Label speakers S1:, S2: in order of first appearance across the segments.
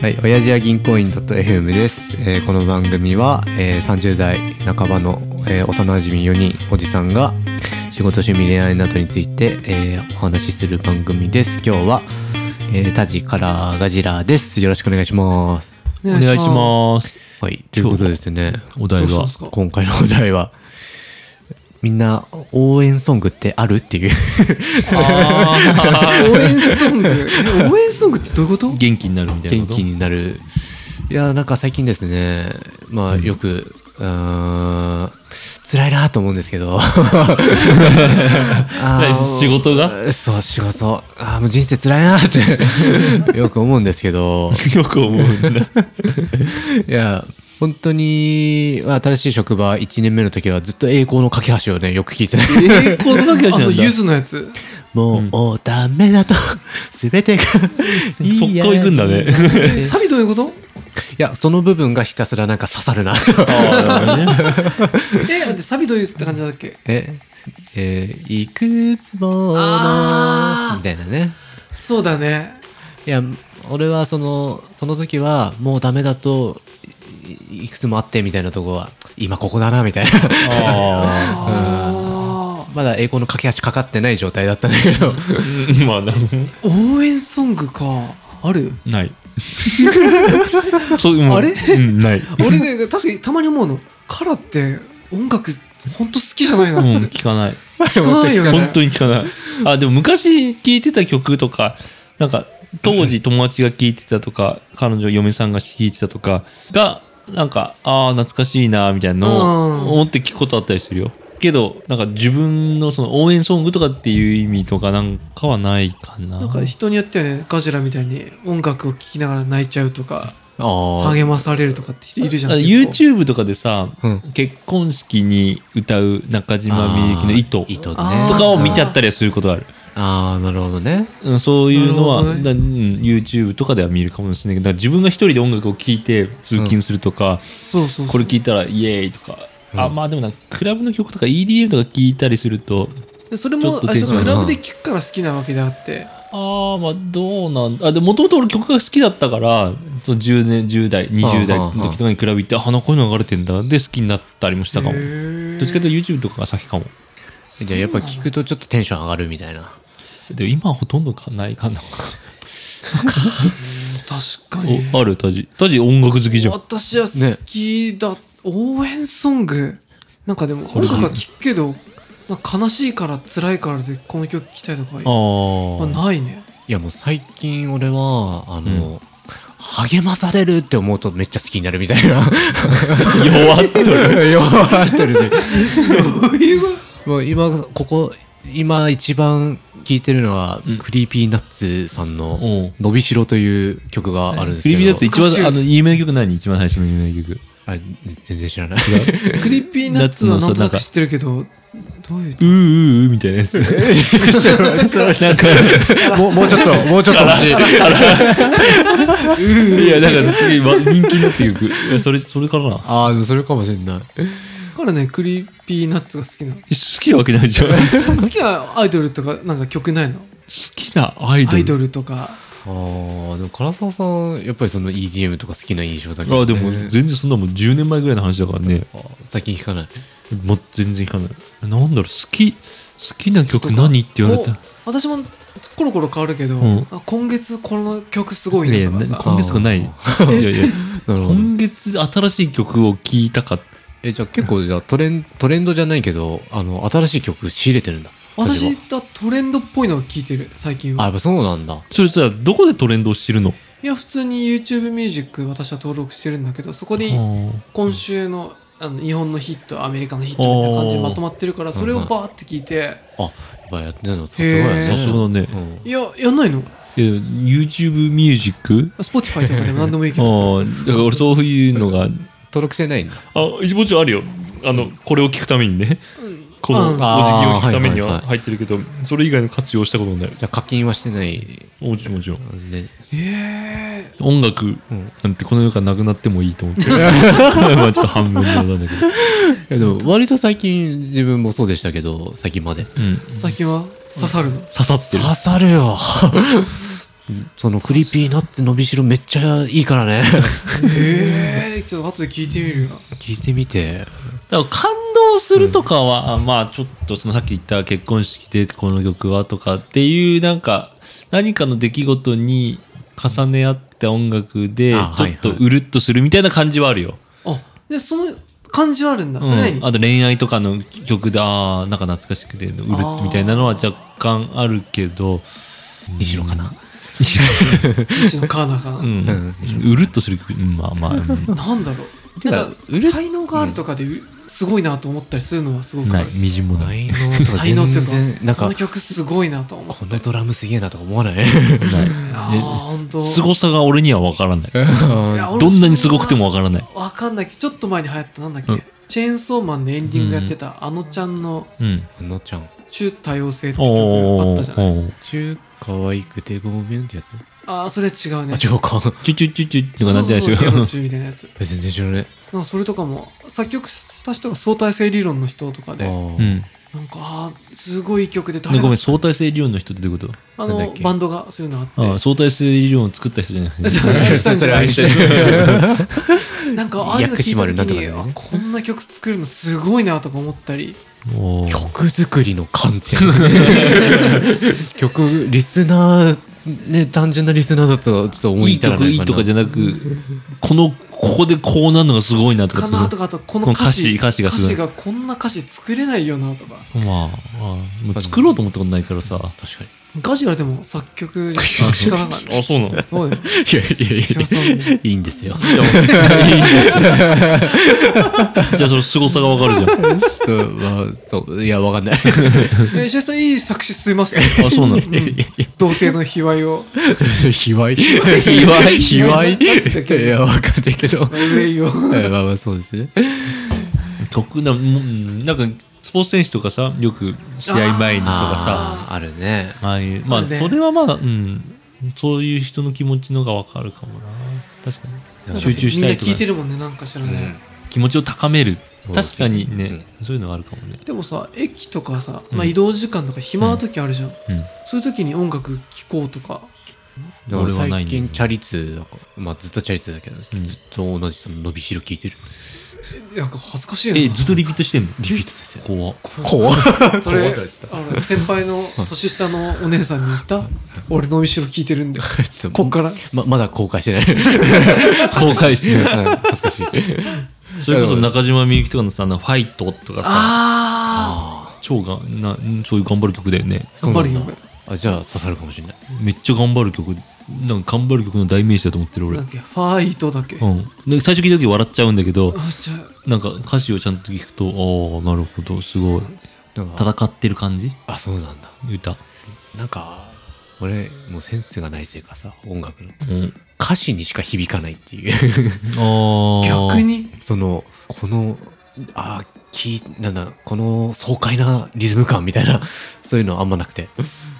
S1: はい、親父や銀行員 .fm です、えーこの番組は、えー30代半ばの、えー幼馴染4人おじさんが仕事趣味恋愛などについて、えーお話しする番組です今日は、えー、タジからガジラですよろしくお願いします
S2: お願いします。
S1: はいということですね
S2: お題
S3: どう
S2: が
S3: し。たんですか
S1: 今回のお題はみんな応援ソングってあるっていう
S2: あ
S3: 応援ソング え応援ソングってどういうこと
S2: ー元気になるみたいな
S1: 元
S2: こと。
S1: 気になるいやなんか最近ですねまあよく、うーん辛いなと思うんですけ どあー
S2: 仕事が
S1: そう仕事あーもう人生辛いなって よく思うんですけど
S2: よく思うんだ。
S1: いや本当にまあ新しい職場1年目の時はずっと栄光の架け橋をねよく聞いてた
S2: えー、このだけ
S3: あ
S2: じゃ
S3: の
S2: んだ。
S3: ゆずのやつ
S1: もう、ダメ だと、すべてがいいや。
S2: そっから行くんだね
S3: えサビどういうこと
S1: いや、その部分がひたすらなんか刺さるな。
S3: え待ってサビどういうって感じだっけ
S1: え、えーいくつも
S3: あ
S1: の、
S3: ー
S1: みたいなね。
S3: そうだね
S1: いや、俺はその、その時は、もうダメだと、いいくつもあってみたいなとこは、今ここだな、みたいな。
S2: あ
S3: あ
S1: まだ栄光の架け橋かかってない状態だったんだけ ど。
S2: ーまあ、な
S3: あ応援ソングかある
S2: ない。そういうもん
S3: あれ
S2: うん、ない。
S3: 俺ね確かにたまに思うのカラって音楽ほんと好きじゃないな
S2: う
S3: っ
S2: ん、
S3: て
S2: 聞かない。
S3: 聞かないよね
S2: 本当に聞かない。あ、でも昔聞いてた曲とか、なんか、当時友達が聞いてたとか、彼女、嫁さんが聞いてたとかが、なんか、ああ、懐かしいな、みたいなの
S3: うん
S2: を思って聞くことあったりするよ。けど、なんか自分のその応援ソングとかっていう意味とかなんかはないかな。
S3: なんか人によってはねガジラみたいに音楽を聴きながら泣いちゃうとか
S1: ああ。
S3: 励まされるとかって人いるじゃん
S2: あ
S3: 結構
S2: YouTube とかでさ、
S1: うん
S2: 結婚式に歌う中島みゆきの糸
S1: 糸
S3: あ
S1: ね。
S3: ー
S2: とかを見ちゃったりはすることある。
S1: ああ、なるほどね。
S2: うんそういうのは、
S3: なるほどね
S2: だうん YouTube とかでは見るかもしれないけどだから自分が一人で音楽を聴いて通勤するとか、
S3: そうそう
S2: こ
S3: そう
S2: れ聴いたらイエーイとか、あ
S1: うん
S2: まあでもなんかクラブの曲とか EDM とか聴いたりすると
S3: でそれ
S2: ちょ
S3: も
S2: っと
S3: あ
S2: テ
S3: れ
S2: ンション
S3: クラブで聴くから好きなわけであって
S2: ああまあどうなんだもともと俺曲が好きだったからその 10, 年10代20代の時とかに比べてああのこういうの流れてんだで好きになったりもしたかも
S3: へ
S2: ど
S3: ー
S2: っちかというと YouTube とかが先かも
S1: じゃあやっぱ聞くとちょっとテンション上がるみたいな。
S2: でも今はほとんどかないかな
S3: 確かに
S2: おあるタジタジ音楽好きじゃん
S3: 私は好きだ、応援ソングなんかでも音楽は聴くけどなんか悲しいから辛いからでこの曲聴きたいとか
S2: あー
S3: まあない ね
S1: いやもう最近俺はあの、励まされるって思うとめっちゃ好きになるみたいな
S2: 弱っと る
S1: 弱ってるね
S3: どういう
S1: もう今ここ今一番聴いてるのは、
S2: うん
S1: クリーピーナッツさんの
S2: おう
S1: 「のびしろ」という曲があるんです
S2: ク
S1: け
S2: リ
S1: ど、
S2: ーピーナッ
S3: 懐
S2: ツ一
S3: かしい
S2: 番あの有名な曲何一番最初の有名な曲
S1: あ全然知らない
S3: クリーピーナッツはなんとなく知ってるけどどういう
S2: うーうーうーみたいなやつ なんか
S1: もうもうちょっともうちょっと欲 しい
S2: いやなんかすげえま人気になっていくいやそれそれからな好
S1: ああでもそれかもしれない
S3: だからねクリーピーナッツが好き なの
S2: きなわけないじゃん好
S3: 好きなアイドルとかなんか曲ないの
S2: きなアイドル
S3: アイドルとか
S1: あーでも唐沢さんやっぱりその EDM とか好きな印象だけど、
S2: あでも全然そんなもん10年前ぐらいの話だからね
S1: あー最近聴かない
S2: もう全然いかないなんだろう好き好きな曲何って言われた
S3: こう私もコロコロ変わるけど、
S2: うん
S3: あ今月この曲すごい
S2: い
S3: ね
S2: や
S3: とかさ
S2: な今月がないいやいや
S1: なるほど
S2: 今月新しい曲を聴いたか
S1: えじゃあ結構じゃあトレントレンドじゃないけどあの新しい曲仕入れてるんだ
S3: 私
S1: は
S3: はトレンドっぽいのを聞いてる最近
S1: あや
S3: は
S1: っぱそうなんだ
S2: それさどこでトレンドを知るの
S3: いや普通に YouTube ミュージック私は登録してるんだけどそこ
S2: あ
S3: に
S2: ー
S3: 今週のあの日本のヒットアメリカのヒットみたいな感じでまとまってるからそれをバーって聞いて
S1: あやっぱやってるのさすがやね
S2: さすがだね、
S1: うん
S3: いややんないの
S2: え YouTube ミュージック
S3: Spotify とかでも何でもいいけ
S2: あ
S3: ど
S2: あだから俺そういうのがあ
S1: 登録してないんだ
S2: もちろんあるよあのこれを聞くためにねこのお辞儀を
S1: あー
S2: 聞くために
S1: はい
S2: は
S1: はいは
S2: 入ってるけどそれ以外の活用したことない
S1: じゃあ課金はしてない
S2: もちろんもちろん
S1: ね
S3: え
S2: 音楽
S1: ん
S2: なんてこの世からなくなってもいいと思 ってるまあちょっと半分冗談だけど、
S1: いやでも割と最近自分もそうでしたけど最近まで
S2: うん、
S3: ー、最近は刺さるの、
S2: 刺さってる
S1: 刺さるよ そのクリーピーナッツ伸びしろめっちゃいいからね
S3: ええー、ちょっと後で聞いてみるな。
S1: 聞いてみて
S2: だから感動するとかは、あまあちょっとそのさっき言った結婚式でこの曲はとかっていうなんか何かの出来事に重ね合った音楽でち
S1: あ
S2: ょ
S1: はい
S2: っとうるっとするみたいな感じはあるよ。
S3: あ、で、その感じはあるんだ。それなり
S2: う
S3: に。
S2: ん、あと恋愛とかの曲でああなんか懐かしくてうるっ
S3: あー
S2: みたいなのは若干あるけど
S1: 西野かな
S3: うちのカーナかな。
S2: うん、うるっとする曲、うんまあまあ、うん
S3: なんだろう。
S2: てか
S3: なんか
S2: 売れ
S3: 才能があるとかで、うすごいなと思ったりするのはすごくあ
S2: ない
S3: る。
S2: みじんもない。
S1: 才能とか
S3: 才能って
S1: 全
S3: いう
S1: 然
S3: か、
S1: なん
S3: こ
S1: か
S3: の曲すごいなと思う。
S1: このドラムすげえなとか思わない
S2: ない
S3: ああ、ほんと。
S2: 凄さが俺には分からない。
S3: いや俺も
S2: どんなにすごくても分からない。
S3: わかんないけど、ちょっと前に流行った、なんだっけ、
S2: うん
S3: チェーンソーマンのエンディングやってた、あのちゃんの
S2: うん。
S1: のっちゃん
S3: 中多様性って曲あ
S2: お
S3: っ
S2: ー
S3: たじゃない。
S2: おー
S1: 中可愛くてごめんってやつ
S3: ああ、それは違うね。
S1: あ違うか
S2: チュチュチュチュとかな
S3: そ
S2: っ
S3: う
S2: て
S3: そう
S2: ない
S3: そう芸
S2: でし
S3: 能
S2: ょ。
S3: 中みたいなやつ。
S1: 全然知らね
S3: なんかそれとかも、作曲した人が相対性理論の人とか
S1: え
S3: で、
S1: あ
S2: うん。
S3: なんか、ああ、すごいいい曲で、
S2: ね
S3: 誰
S2: ごめ
S3: だ
S2: ん、相対性理論の人ってどういうこと
S3: あ
S1: なんだ
S3: の
S1: っけ
S3: バンドがそういうのあって。
S2: ああ相対性理論を作った人じゃない。
S3: そうアインシュタイ ンじゃない
S1: アインシュタイン
S3: なんかああいうの聞いた
S1: 薬師丸なん
S3: 時
S1: とか
S3: に、
S1: だよ
S3: あ
S1: ね
S3: こんな曲作るのすごいなとか思った り
S2: おー
S1: 曲作りの観点曲リスナーね単純なリスナーだとちょっと思
S2: い
S1: い
S2: い
S1: 至ら
S2: 曲
S1: ない
S2: いいとかじ
S1: ゃ
S2: ゃなく、この、ここでこうなるのがすごいなとか。
S3: かなとかあとこの歌詞
S2: この歌詞歌詞がすごい
S3: こんな歌詞作れないよなとか
S2: まあ、ああもう作ろうと思ったことないからさ。確かに。
S3: 歌詞がでも作曲じゃ力がある
S2: あ、そうなの。
S3: そうだよ
S1: いやいやい
S3: 石橋さんも
S1: やいいんですよ
S2: じゃあその凄さがわかるじゃ
S1: ちょっとまあそういやわかんない
S3: え石橋さんいい作詞進みますよ
S2: ん。あ、そうなの。
S3: 童貞の卑猥を
S1: 卑猥
S2: 卑猥
S1: 卑
S3: なんて言ったっけ
S1: 猥いやわかんないけど
S3: 憂いを
S1: えまあまあそうですね
S2: 曲な、うんなんか、スポーツ選手とかさ、よく試合前にとか
S1: あああるね
S2: さ、ああいう、まあ、
S3: それで
S2: それはまだ、うん、そういう人の気持ちのがわかるかもな。確かに。集中したいと
S3: みんな聞いて
S2: か、
S3: るもんねなんか知らない、
S2: 気持ちを高める。確かに
S1: そう
S2: ね、そういうのがあるかもね。
S3: でもさ駅とかさ、まあ、
S2: うん
S3: 移動時間とか暇な時あるじゃん、
S2: うん。
S3: そういう時に音楽聴こうとか
S1: だから
S2: 俺はない
S1: 最
S2: んだよね
S1: 近チャリ通だからまあずっとチャリ通だけどず
S2: うん
S1: っと同じその伸びしろ聞いてる
S3: えなんか恥ずかしいな
S2: え、ずっとリピートしてんの
S1: リピートですよ
S2: 怖っ
S1: 怖
S3: それ
S1: 怖いちょっと
S3: あの先輩の年下のお姉さんに言った俺の後ろ聞いてるんで
S1: ちょっと
S3: こっから
S1: ままだ公開してない
S2: 後悔してる。
S1: 恥ずかしい
S2: それこそ中島みゆきとかのさ、あのファイトとかさ、
S3: あ
S1: あ
S2: 超がな、うんそういう頑張る曲だよね。
S3: あ頑張るよ
S1: そうなんだあじゃあ刺さるかもしれない
S2: めっちゃ頑張る曲なんか頑張る曲の代名詞だと思ってる
S3: 俺
S2: 俺、う
S3: なん
S2: ん、
S3: だっけファイトだっけあ
S2: で最初聞いた時笑っちゃうんだけど
S3: じゃ
S2: なんか歌詞をちゃんと聞くとああなるほどすごい
S1: なんか
S2: 戦ってる感じ
S1: あそうなんだ
S2: 歌、
S1: なんか俺もうセンスがないせいかさ音楽の
S2: うん、
S1: 歌詞にしか響かないっていう
S2: あ
S3: あ
S2: あ
S3: 逆に
S1: そのこのあきなんだこの爽快なリズム感みたいなそういうのあんまなくて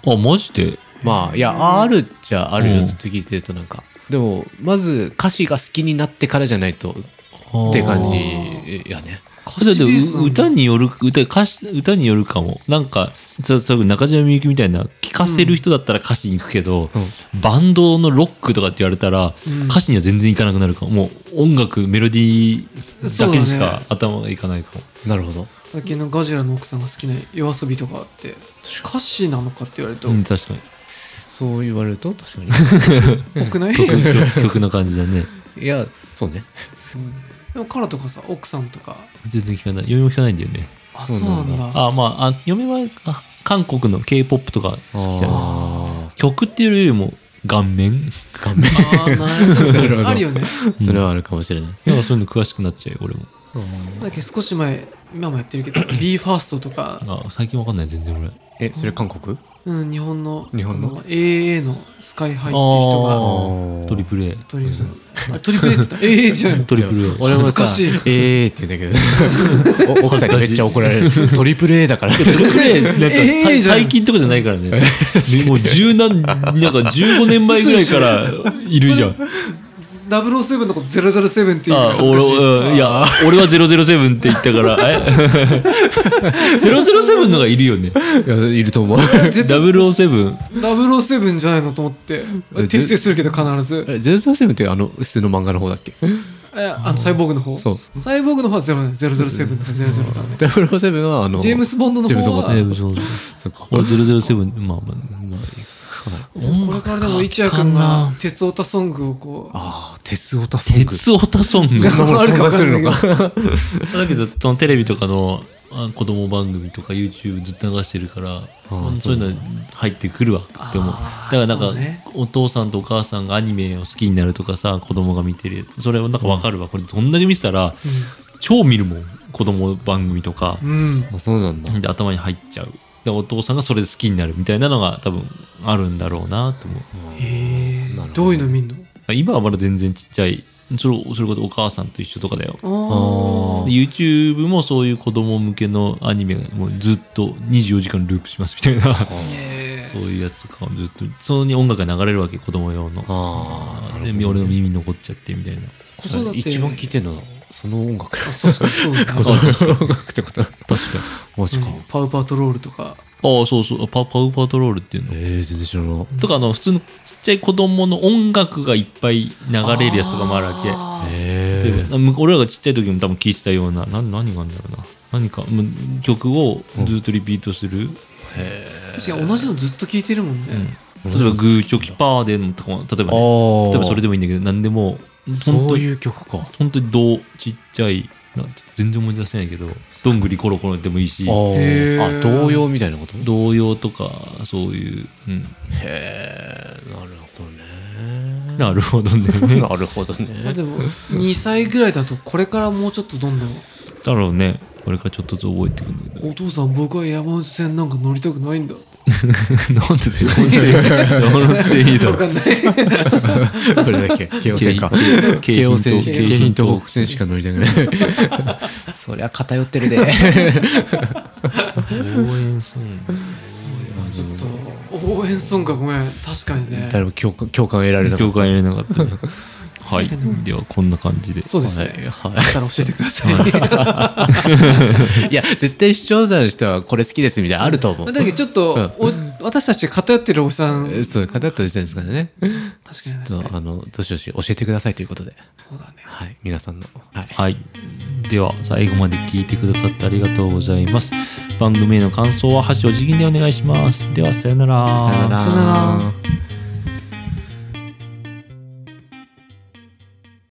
S2: あマジで
S1: まあいやあるっちゃある
S2: う
S1: よ
S2: ん
S1: ずっと聞いてるとなんかでもまず歌詞が好きになってからじゃないとって感じやね
S3: 歌
S2: だって
S3: 詞ベースなん
S2: う
S3: だ
S2: 歌による歌歌詞歌によるかもなんかそそう中島みゆきみたいな聴かせる人だったら歌詞に行くけど、バンドのロックとかって言われたら、
S3: うん
S2: 歌詞には全然いかなくなるかももう音楽メロディーだけにし
S3: そうだ
S2: か
S3: ね
S2: 頭がいかないかも、
S1: なるほど
S3: さっきのガジラの奥さんが好きな夜遊びとかあって歌詞なのかって言われると
S2: うん、確かに
S1: そう言われると確かに
S3: 多くない
S2: 曲
S3: で
S2: 曲曲の感じだね
S1: いやそうね
S3: もカラとかさ奥さんとか
S2: 全然聞かない嫁も聞かないんだよね
S3: あそ
S1: そううな
S3: なんん
S1: だ
S3: だ
S2: あまああ嫁はあ韓国の k p o p とか好きじゃな
S1: あ
S2: い曲っていうよりも顔面
S1: あ顔 面
S3: あーな
S1: な
S3: る
S1: る
S3: ほ
S1: ほ
S3: ど
S1: ど
S3: あるよね
S1: それはあるかもしれない
S2: なんかそういうの詳しくなっちゃうよ俺も
S3: なんだっけ少し前今もやってるけど BE:FIRST とか
S2: あ最近わかんない全然俺
S1: えそれ韓国
S3: うん、日本の
S1: 日本の
S3: あ AA のスカイハイって人が
S1: あー
S2: トリプル A
S3: トリプルあれトリプル A って言った AA じゃないの
S2: トリプル A
S1: 俺も
S3: 恥ずかしい
S1: ええって言うんだけどお奥さんにめっちゃ怒られ るトリプル A だから
S2: トリプル A なんか
S3: A
S2: さい
S3: じゃん
S2: 最近とかじゃないからねもう十何なんか15年前ぐらいからいるじゃん
S3: 007のこと007って言う
S2: あ
S3: の恥ず
S2: 俺
S3: かしい
S2: うんいや俺は007って言ったからえ 007のがいるよね
S1: いやいると思う
S3: 絶対
S2: 007
S3: 007じゃないのと思って
S1: え
S3: 訂正するけど必ず
S1: 007ってあの普通の漫画の方だっけ
S3: えあのサイボーグの方
S1: そう
S3: サイボーグの方は0ね007の方は00だね
S1: 007はあの
S3: ジェームス・ボンドの
S1: ジェームズ
S3: 方
S1: ボンド
S3: は
S2: えそうそう
S1: そっか
S2: 俺007まあまあまあ
S3: これからでも一夜君が鉄オタソングをこう
S1: ああ鉄オタソング
S2: 鉄オタソング
S1: そんなもの
S3: ある
S1: 存
S3: か
S1: 在
S3: わ
S1: す
S3: かんな
S1: る
S3: いけ
S1: の
S3: ど
S1: か
S2: だけどそのテレビとかのあ子供番組とか YouTube ずっと流してるから
S1: ー
S2: そういうの入ってくるわって思うだ
S3: あー
S2: からなん
S3: そ
S2: か、
S3: うね
S2: お父さんとお母さんがアニメを好きになるとかさ子供が見てるそれはなんかわかるわこれどんだけ見てたら超見るもん子供番組とか
S3: う、ん
S1: あそうなんだ
S2: で頭に入っちゃうでお父さんがそれで好きになるみたいなのが多分あるんだろうなと思う
S3: へ
S1: なるほ
S3: え
S1: ど
S3: どういうの見んの
S2: 今はまだ全然ちっちゃいそれそれこそお母さんと一緒とかだよ
S3: あ
S2: で YouTube もそういう子供向けのアニメがもうずっと24時間ループしますみたい
S1: あ
S2: な
S3: あへ
S2: そういうやつとかをずっとそこに音楽が流れるわけ子供用の
S1: あーなるほ
S2: で
S1: どね
S2: 俺の耳に残っちゃってみたいな
S3: 子育て
S1: 一番聴いてるのはその音楽
S3: えそうそうそ うだ
S2: あ確かに
S1: 音楽って ことだ
S2: 確かに
S1: マジか
S3: うんパウパトロールとか
S2: ああそうそうパパウパトロールっていうの
S1: えー全然知らない
S2: とかあの普通のちっちゃい子供の音楽がいっぱい流れるやつとかもあるわけ
S3: け
S1: え
S2: 例えばむ俺らがちっちゃい時も多分聴いてたようなな何があるんだろうな何かむ曲をずっとリピートする、
S3: 確かに同じのずっと聞いてるもんね
S2: うん例えばグーチョキパーでのとかも例えば、ね、
S1: あ
S2: 例えばそれ
S1: で
S2: でもいいんだけど何でも本
S1: そ
S2: 当
S1: う
S2: に
S1: いう曲か
S2: 本当にどうちっちゃいな全然思い出せないけどどんぐりコロコロでもいい
S1: あ
S2: し
S3: へ
S1: ー
S3: ー
S1: あ童謡みたいなこと
S2: 童謡とかそういう、うん、
S1: へえなるほどね
S2: なるほどね
S1: なるほど
S3: まあ
S1: ね
S3: でも2歳ぐらいだとこれからもうちょっとどんどん
S2: だろうねこれからちょっとずつ覚えてくんだ けど
S3: お父さん僕は山手線なんか乗りたくないんだって
S2: なんでだよなんでいいだ
S3: わ
S2: ろ
S3: か
S2: うん
S3: ない
S1: これだけ京王線か
S2: 京
S1: 京
S2: 浜
S1: 王
S2: 東
S1: 線
S2: 北
S1: 京浜東北線しか乗りたくないそりゃ偏ってるで
S2: 応援ソング
S3: ちょっと応援ソングはごめん確かにね
S1: 誰も共感共感得られなかっ
S2: 共感入れなかったねはいではこんな感じで
S3: そうで
S1: た
S3: すね
S1: はい
S3: だから教えてください だ
S1: いや絶対視聴者の人はこれ好きですみたいなのあると思う
S3: けどちょっとお私たち偏ってるおじさん
S1: えそういう方とですからね
S3: 確かに
S1: ちょっ
S3: 確かに
S1: とあのどしどし教えてくださいということで
S3: そうだね
S1: はい皆さんのはい
S2: はい。では、最後まで聞いてくださってありがとうございます。番組への感想は、箸お辞儀でお願いします。では、さよなら。
S1: さよな
S3: さよな
S1: ら
S3: ら